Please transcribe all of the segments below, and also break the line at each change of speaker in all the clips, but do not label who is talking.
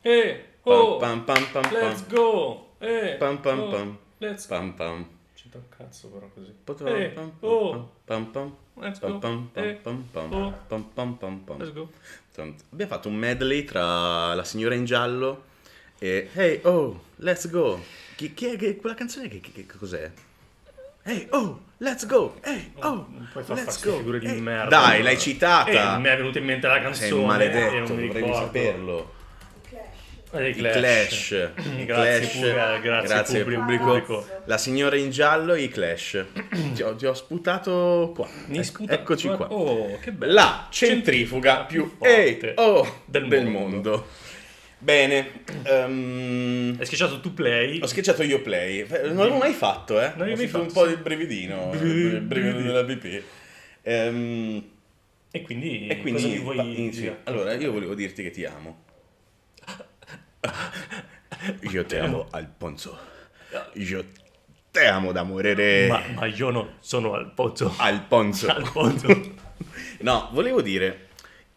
Eh, oh,
Pam pam pam pam pam.
let's go. Eh,
Pam pam
oh,
pam.
Let's go.
Pam pam.
Ci dà un cazzo però così.
Potrò-
Eh,
pam pam
oh,
pam pam.
let's
Pam
go.
pam pam
Eh,
pam pam.
oh.
Pam pam pam pam.
let's go.
Tanto. Abbiamo fatto un medley tra La signora in giallo e Hey oh, let's go. Chi, chi è che- quella canzone? Che, che- che cos'è? Hey oh, let's go. Hey
Non-
oh,
non puoi far
let's
farsi
go.
figure di
Hey.
merda.
Dai, l'hai
Eh,
citata.
mi è venuta in mente la canzone.
Sei un
e
maledetto,
non mi
dovrei
ricordo.
saperlo.
Eh, I
I
Clash. Mm. Grazie,
Clash. I Clash.
pure- eh, grazie,
Grazie,
pubblico.
pubblico. La signora in giallo e i Clash. ti, ho, ti ho sputato qua.
Mi
Ecco-
sputa-
Eccoci qua.
Oh, che bello.
La centrifuga più
forte
eh, oh,
del
del,
mondo.
mondo. Bene, ehm,
Hai schiacciato tu play.
ho schiacciato io play. Non l'avevo mai fatto, eh?
Non l'avevi
ho
mai
fatto un
fatto,
po'
sì.
di brevidino,
Brividi.
il brevidino della BP. Ehm,
E quindi, cosa
e
mi
quindi
vuoi
pa- inizio.
dire?
allora io volevo dirti che ti amo. Io te amo, Alfonso. Io te amo da morire.
Ma, ma io non sono al pozzo.
Ah, Alfonso.
Al pozzo.
No, volevo dire,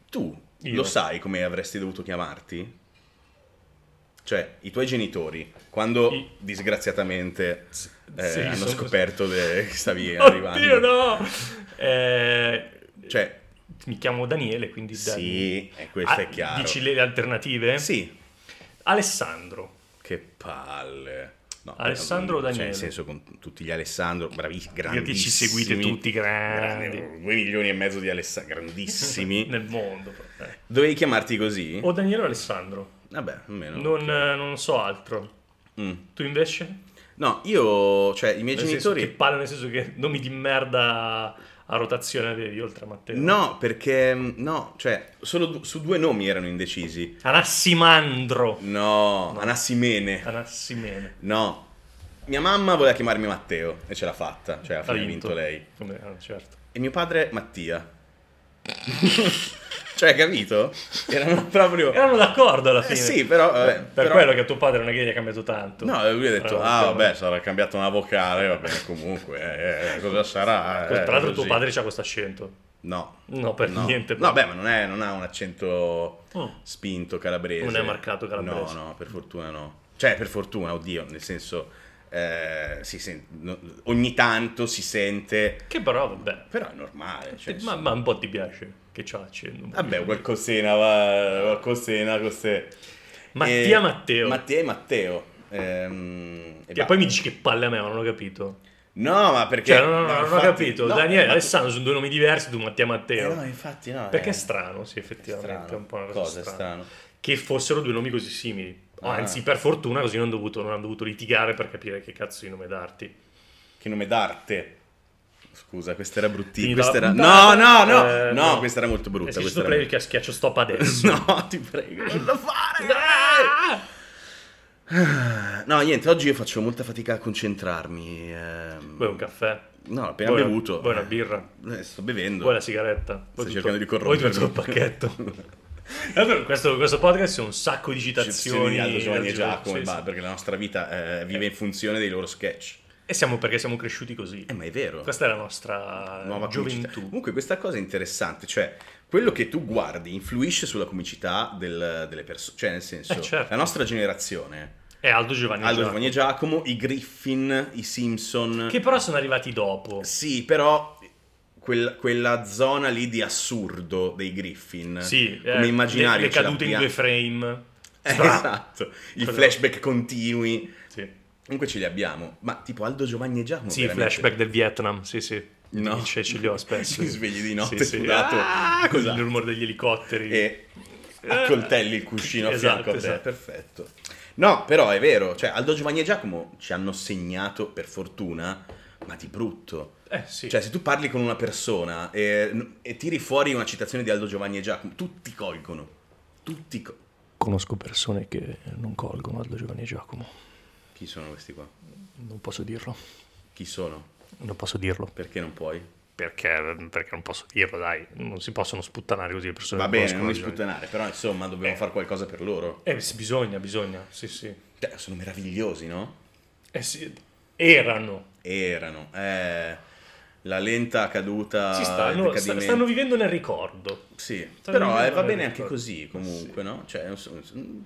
tu
Io.
lo sai come avresti dovuto chiamarti? Cioè, i tuoi genitori, quando
I-
disgraziatamente eh,
sì,
hanno
sono-
scoperto de- che stavi arrivando,
Oddio no! Eh,
cioè,
mi chiamo Daniele, quindi...
sì, eh, questo
Ah,
è chiaro.
Dici le alternative?
Sì,
Alessandro.
che palle. No,
Alessandro o
cioè,
Daniele?
nel senso, con tutti gli Alessandro, bravissimi,
Perché
grandissimi.
ci seguite tutti Eh. grandi.
Grandi, due milioni e mezzo di Alessandro, grandissimi.
Nel mondo. però, eh.
Dovevi chiamarti così?
O Daniele o Alessandro.
Vabbè, almeno.
Non, eh, non so altro.
Mm.
Tu invece?
No, io, cioè, i miei
Nel senso
genitori...
che parla nel senso che nomi di merda a rotazione avevi oltre a Matteo.
No, perché, mm, no, cioè, solo du- su due nomi erano indecisi.
Anassimandro.
No, Anassimene.
Anassimene.
No. Mia mamma voleva chiamarmi Matteo e ce l'ha fatta, cioè alla
Ha
fine ha vinto lei.
Come- ah, certo.
E mio padre Mattia. cioè, capito? Erano proprio...
Erano d'accordo alla fine.
Eh, sì, però, vabbè,
per
però-
quello che a tuo padre non è che gli ha cambiato tanto.
No, lui ha detto,
Però-
ah vabbè, sarà cambiata una vocale, va bene, comunque, eh, eh, cosa sarà? eh,
Tra l'altro tuo
così."
padre c'ha questo accento.
No.
No, per
no.
niente.
No, beh, ma non, è- non ha un accento
Oh.
spinto calabrese.
Non è marcato calabrese.
No, no, per fortuna no. Cioè, per fortuna, oddio, nel senso, eh, si sen- no- ogni tanto si sente,
Che però, vabbè.
però è normale. Cioè,
ma,
insomma.
ma un po' ti piace che c'ha accento.
Vabbè, qualcosina, va, qualcosina, queste...
Mattia
Eh,
Matteo.
Mattia e Matteo. Ehm, e
Che
ba-
poi mi dici che palle a me, ma non ho capito.
No, ma perché...
Cioè, no, no, no,
ma
non ho
infatti-
capito.
no,
Daniele e
ma-
Alessandro sono due nomi diversi, tu Mattia
eh,
Matteo.
no, infatti no.
Perché
eh,
è strano, sì, effettivamente. È un po' una cosa,
Cosa è
strana.
strano?
Che fossero due nomi così simili.
Ah.
Anzi, per fortuna così non hanno dovuto, non hanno dovuto litigare per capire che cazzo di nome darti.
Che nome d'arte. Scusa, questa era bruttina.
Finita
Questa
la
era... No,
puntata.
no, no,
Eh,
no,
no.
questa era molto
E
brutta.
se
questa
sto
era-
play che schiaccio stop adesso.
No, ti prego, non lo fare. Ah, No, niente, oggi io faccio molta fatica a concentrarmi. ehm.
Vuoi un caffè?
No, ho appena
Vuoi-
bevuto.
vuoi una birra?
Eh, sto bevendo.
Vuoi la sigaretta? Vuoi tutto-
cercando di
vuoi tutto il
corrompermi.
pacchetto. Allora, questo, questo podcast è un sacco di citazioni.
Citazioni di Aldo Giovanni e Giacomo,
Sì, sì.
e Barbara, perché la nostra vita eh, vive in funzione dei loro sketch.
E siamo perché siamo cresciuti così.
Eh, ma è vero.
Questa è la nostra
nuova comicità.
gioventù.
Comunque questa cosa è interessante, cioè quello che tu guardi influisce sulla comicità del- delle persone, cioè nel senso
Eh, certo. Eh,
la nostra generazione,
È Aldo Giovanni.
Aldo
Giacomo.
Giovanni e Giacomo, i Griffin, i Simpson,
Che però sono arrivati dopo.
sì però quel- quella zona lì di assurdo dei Griffin,
Sì, eh,
come immaginario
le, le
ce
cadute in
l'abbiamo.
due frame.
Eh,
Stra-
esatto, i
Quello-
flashback continui,
Sì,
comunque ce li abbiamo, ma tipo Aldo Giovanni e Giacomo
Sì, i
veramente-
flashback del Vietnam. Sì, sì.
No.
Ce, ce li ho spesso.
Ti svegli di notte
Sì, sì.
sudato.
Ah, con
Esatto.
il rumore degli elicotteri. Ah.
e accoltelli il cuscino a
Eh, Esatto,
fianco a te.
esatto.
Perfetto. No, però è vero, cioè Aldo Giovanni e Giacomo ci hanno segnato, per fortuna, ma di brutto.
Eh, sì.
Cioè, se tu parli con una persona e, e tiri fuori una citazione di Aldo Giovanni e Giacomo, tutti colgono. Tutti co-
Conosco persone che non colgono Aldo Giovanni e Giacomo.
Chi sono questi qua?
Non posso dirlo.
Chi sono?
Non posso dirlo.
Perché non puoi?
Perché, perché non posso dirlo, dai. Non si possono sputtanare così le persone.
Va
che
bene,
conoscono
non li
Aldo Giovanni.
sputtanare, però insomma dobbiamo fare qualcosa per loro.
Eh, sì, bisogna, bisogna. Sì, sì.
Cioè, sono meravigliosi, no?
Eh sì, erano.
Erano. Eh, la lenta caduta,
Ci
il
stanno, sta-
decadimento.
stanno vivendo nel ricordo.
Sì,
Stanno
però eh,
vivendo
va
nel
bene anche
ricordo.
così comunque, no? Cioè, non so-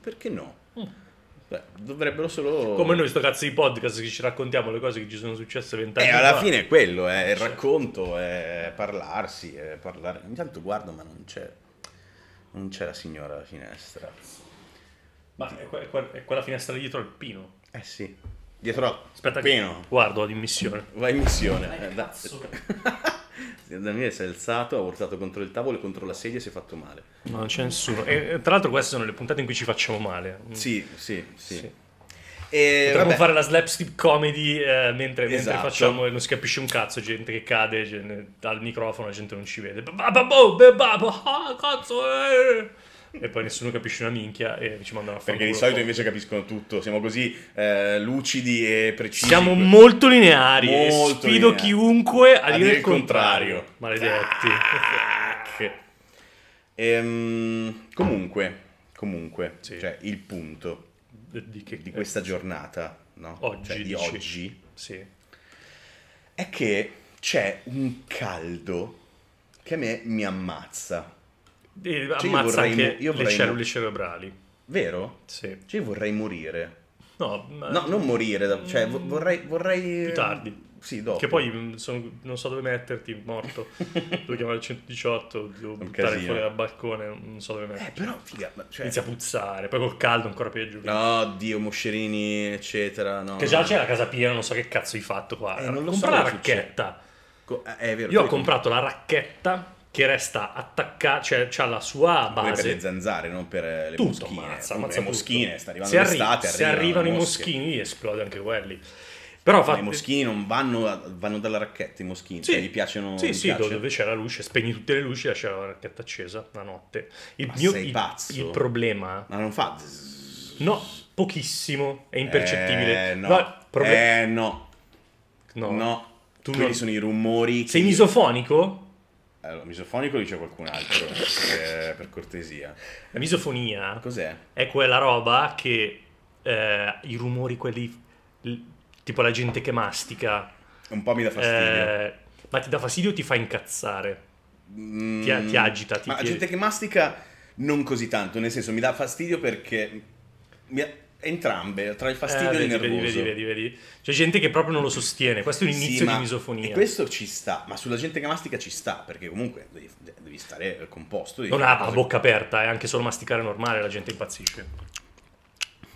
perché no?
Mm.
Beh, dovrebbero solo...
Come noi sto cazzo di podcast che ci raccontiamo le cose che ci sono successe vent'anni
Eh,
fa.
alla fine è quello, è il
Cioè.
racconto, è parlarsi, è parlare. Intanto guardo, ma non c'è, non c'è la signora alla finestra.
Ma è, que- è que- è quella finestra lì dietro al pino.
Eh sì, dietro al
Aspetta che-
pino,
Guardo ad immissione.
vai in missione.
Dai,
Eh, da-
cazzo.
Daniele si è alzato, ha urtato contro il tavolo e contro la sedia e si è fatto male.
No, non c'è nessuno. E, e tra l'altro queste sono le puntate in cui ci facciamo male. Mm.
Sì, sì, sì.
Sì.
E,
Potremmo
vabbè,
fare la slapstick comedy eh, mentre, mentre
Esatto.
facciamo e non si capisce un cazzo, gente che cade gente- dal microfono, la gente non ci vede. Ba- ba- bo- be- ba- bo- ah, cazzo, eh. E poi nessuno capisce una minchia e ci mandano a fare
Perché di solito invece capiscono tutto, siamo così eh, lucidi e precisi.
Siamo molto lineari e
Molto
sfido
lineari.
chiunque a,
A
dire
dire
il contrario.
il contrario.
Maledetti.
Tac. Ehm, comunque, comunque,
Sì.
cioè il punto
Di, che, eh,
di questa giornata, no?
Oggi,
Cioè, di
dici.
oggi,
Sì.
è che c'è un caldo che a me mi ammazza,
E
Cioè, io
ammazza
vorrei
anche
mo- io
le
vorrei mo-
cellule cerebrali.
vero?
Sì.
Cioè io vorrei morire.
No, ma-
No, non morire, da- cioè vo-
Mm.
vorrei, vorrei...
Più tardi.
Sì, dopo.
Che poi mh, sono- non so dove metterti, morto. devo chiamare il 118, devo buttare
casino.
fuori dal balcone, non so dove
Eh,
metterti.
però, figa, ma- cioè...
Inizia a puzzare, poi col caldo ancora peggio.
No, Dio, moscerini, eccetera, no.
Che già c'è la casa piena, non so che cazzo hai fatto qua.
Eh, non lo
Compra
so
la
cosa succede.
racchetta.
Co- eh, è vero.
Io ho
poi-
comprato la racchetta che resta attaccata, cioè ha la sua
Quelle per le
base.
zanzare, non per eh, le
Tutto
moschine.
ammazza,
Le
ammazza tutto.
moschine, sta arrivando
se arri-
l'estate,
se arrivano
le
i
mosche.
moschini esplode anche quelli. Però
Ma
fa...
I moschini non vanno, a- vanno dalla racchetta, i moschini. Cioè, gli piacciono...
Sì,
gli
sì,
piace.
dove c'è la luce, spegni tutte le luci e lascia la racchetta accesa la notte. Il
Ma sei
il-
pazzo?
il problema
Ma non fa... zzzz.
No, pochissimo, è impercettibile.
Eh, no.
Guarda, proble-
Eh, no.
no.
No.
Tu
Quelli
non-
sono i rumori... che-
Sei misofonico?
Allora, misofonico dice qualcun altro, eh, per cortesia.
La misofonia
Cos'è?
è quella roba che eh, i rumori, quelli l- tipo la gente che mastica,
Un po' mi dà fastidio.
eh, ma ti dà fastidio o ti fa incazzare?
Mm.
ti- ti agita, ti-
Ma la
ti-
gente che mastica non così tanto, nel senso mi dà fastidio perché... mi- Entrambe, tra il fastidio
Eh,
e il
vedi,
nervoso.
vedi, vedi, vedi, vedi. C'è gente che proprio non lo sostiene. Questo è un
Sì,
inizio
ma-
di misofonia.
E questo ci sta, ma sulla gente che mastica ci sta, perché comunque devi, devi stare composto. devi
Non
fare
ha la
cose-
bocca aperta, è anche solo masticare normale, la gente impazzisce.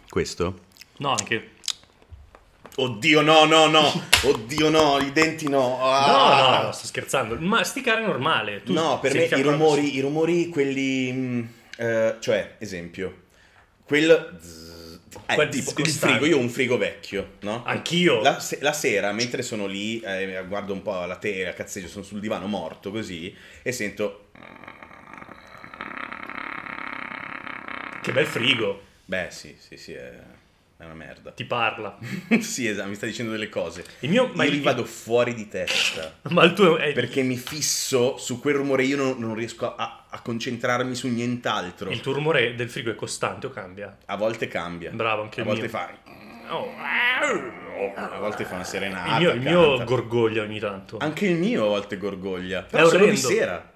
Questo?
No, anche
Oddio no, no, no! Oddio no, i denti no!
No,
Ah!
no, no, sto scherzando. Masticare è normale. Tu
No, per
sei diciamo
me
di
i
fianco alla-
rumori, i rumori, quelli... mh, eh, cioè, esempio, quel... zzz, eh,
Quel
tipo, il
discostante.
frigo, io ho un frigo vecchio, no?
Anch'io.
La, se- la sera, mentre sono lì, eh, guardo un po' la tela, cazzeggio, sono sul divano morto così, e sento... mm,
Che bel frigo.
Beh, sì, sì, sì, è, è una merda.
Ti parla.
sì, esatto, mi sta dicendo delle cose.
Il mio...
Ma
Ma
io
il,
li vado fuori di testa.
ma il tuo... È,
Perché mi fisso su quel rumore, io non, non riesco a, a concentrarmi su nient'altro.
il tuo rumore del frigo è costante o cambia?
A volte cambia.
Bravo, anche
a
il
volte
mio.
fa.
Oh.
A volte fa una serenata.
Il mio, il mio
canta.
gorgoglia ogni tanto.
Anche il mio a volte gorgoglia. Però solo
orrendo.
di sera.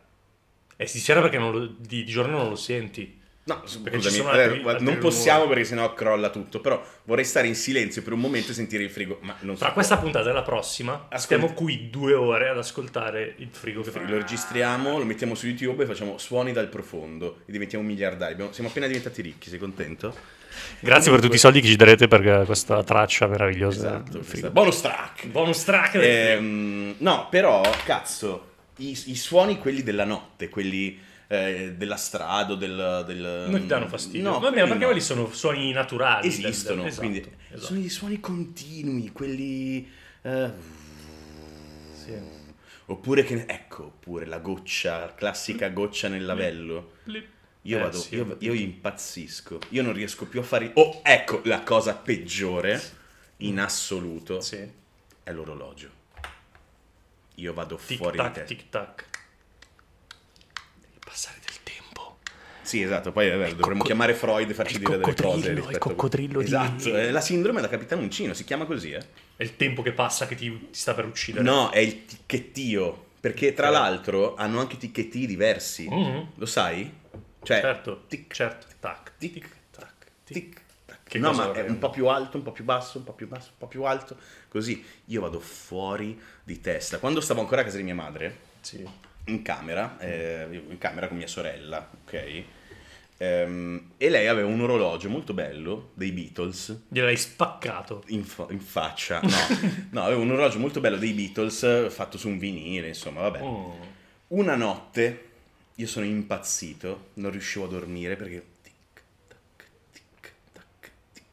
È sincero perché non lo- di, di giorno non lo senti.
No,
Perché ci
scusami,
sono
eh,
altri-
guarda,
altri
non possiamo
rumori.
perché sennò crolla tutto. Però vorrei stare in silenzio per un momento e sentire il frigo. Ma non so.
Tra questa puntata e la prossima,
Ascolta.
stiamo qui due ore ad ascoltare il frigo che fa.
Lo registriamo, lo mettiamo su YouTube e facciamo suoni dal profondo e diventiamo miliardari. Abbiamo- siamo appena diventati ricchi, sei contento?
Grazie per tutti i soldi che ci darete per questa traccia meravigliosa.
Esatto. questa- Bonus track!
Bonus track. del frigo.
Ehm, no, però, cazzo, i, i suoni, quelli della notte, quelli eh, della strada, o del, del...
Non ti danno fastidio.
No,
Vabbè, ma
quelli
perché
no.
quelli sono suoni naturali. del- del-
Esistono,
esatto,
quindi
esatto.
sono i suoni continui, quelli... eh,
Sì.
Oppure che... ne- Ecco, oppure la goccia, la classica goccia nel lavello. Io,
Eh,
vado,
sì,
io, io impazzisco, io non riesco più a fare... Oh, ecco, la cosa peggiore in assoluto
Sì.
è l'orologio. Io vado
Tic
fuori di
tac,
testa.
tic tac. Il passare del tempo
Sì, esatto, poi vabbè, dovremmo
cocco-
chiamare Freud e farci
il
dire delle
coccodrillo,
cose.
il
rispetto a-
coccodrillo di-
Esatto, è la sindrome da Capitan Uncino, si chiama così, eh?
È il tempo che passa che ti, ti sta per uccidere.
No, è il ticchettio, perché tra
Ok.
l'altro hanno anche ticchetti diversi,
Mhm.
lo sai? Cioè,
certo,
tic,
certo, tac,
tic,
tac,
tic, tac.
Che
no,
cosa
ma è
orrenda.
un po' più alto, un po' più basso, un po' più basso, un po' più alto, così. Io vado fuori di testa. Quando stavo ancora a casa di mia madre,
Sì.
in camera, eh, vivo in camera con mia sorella, ok? Ehm, e lei aveva un orologio molto bello dei Beatles
Gliel'hai spaccato.
in, fa- in faccia, no, no, aveva un orologio molto bello dei Beatles eh, fatto su un vinile, insomma, vabbè.
Mm.
Una notte io sono impazzito, non riuscivo a dormire perché tic tac tic tac tic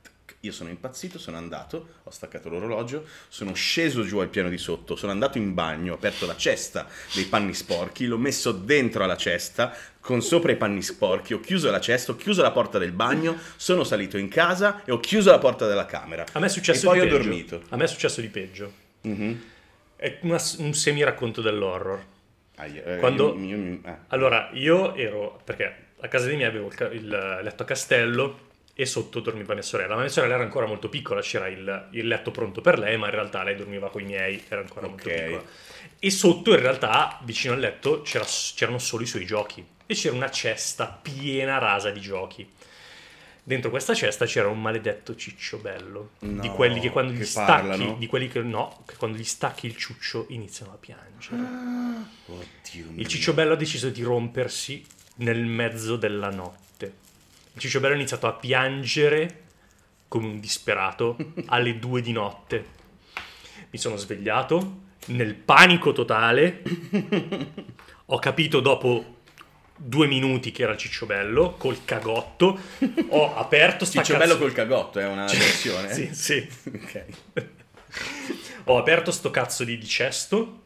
tac. Io sono impazzito, sono andato, ho staccato l'orologio, sono sceso giù al piano di sotto, sono andato in bagno, ho aperto la cesta dei panni sporchi, l'ho messo dentro alla cesta con sopra i panni sporchi, ho chiuso la cesta, ho chiuso la porta del bagno, sono salito in casa e ho chiuso la porta della camera.
A me è successo
E
di
poi ho
peggio.
dormito.
A me è successo di peggio.
Mhm.
È una- un semi-racconto dell'horror.
Aia, eh,
Quando-
io- io- io- eh.
Allora, io ero... Perché a casa di me avevo il, ca- il letto a castello e sotto dormiva mia sorella. Ma mia sorella era ancora molto piccola, c'era il, il letto pronto per lei, ma in realtà lei dormiva con i miei, era ancora
Ok.
molto piccola. E sotto, in realtà, vicino al letto, c'era- c'erano solo i suoi giochi. E c'era una cesta piena rasa di giochi. Dentro questa cesta c'era un maledetto ciccio bello.
No,
di quelli che quando
che
gli
parlano?
stacchi... Di quelli che no, che quando gli stacchi il ciuccio iniziano a piangere.
Oddio mio.
Il Cicciobello ha deciso di rompersi nel mezzo della notte. Il Cicciobello ha iniziato a piangere come un disperato alle due di notte. Mi sono svegliato nel panico totale. Ho capito dopo due minuti che era il Cicciobello col cagotto. Ho aperto sta
Cicciobello eh?
cazzo- Cioè,
col cagotto è una versione.
Sì, sì.
Ok.
Ho aperto sto cazzo di, di cesto.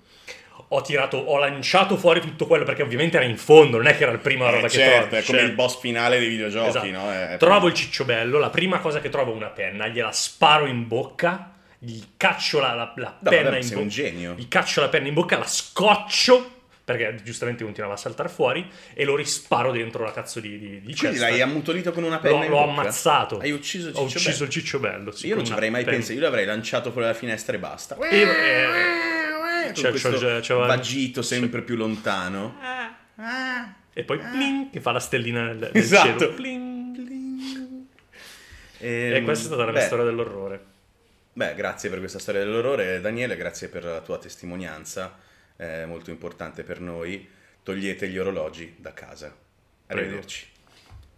Ho tirato, ho lanciato fuori tutto quello perché ovviamente era in fondo, non è che era il prima roba
Eh,
che
certo,
trovi,
è come
cioè-
il boss finale dei videogiochi,
Esatto.
no? Eh, È-
Trovo il cicciobello, la prima cosa che trovo è una penna, gliela sparo in bocca, gli caccio la, la- la
No,
penna
vabbè,
in
sei
bocca.
un genio.
Gli caccio la penna in bocca, la scoccio, perché giustamente continuava a saltare fuori, e lo risparo dentro la cazzo di, di, di
Quindi
cesta.
l'hai ammutolito con una penna
L'ho,
in
l'ho
bocca?
ammazzato.
Hai ucciso il
Ho
Cicciobello?
ucciso il cicciobello. sì,
Io
con
non ci
una
avrei mai
penna.
pensato, io l'avrei lanciato fuori dalla finestra e basta. Con
Io- eh, c'è- c'è- c'è- Eh,
questo
c'è-
vagito sempre più lontano.
E poi pling, che fa la stellina nel, nel
Esatto.
cielo. Pling.
Ehm,
E questa è stata la mia
beh,
storia dell'orrore.
Beh, grazie per questa storia dell'orrore, Daniele, grazie per la tua testimonianza, eh, è molto importante per noi. Togliete gli orologi da casa.
Prego.
Arrivederci.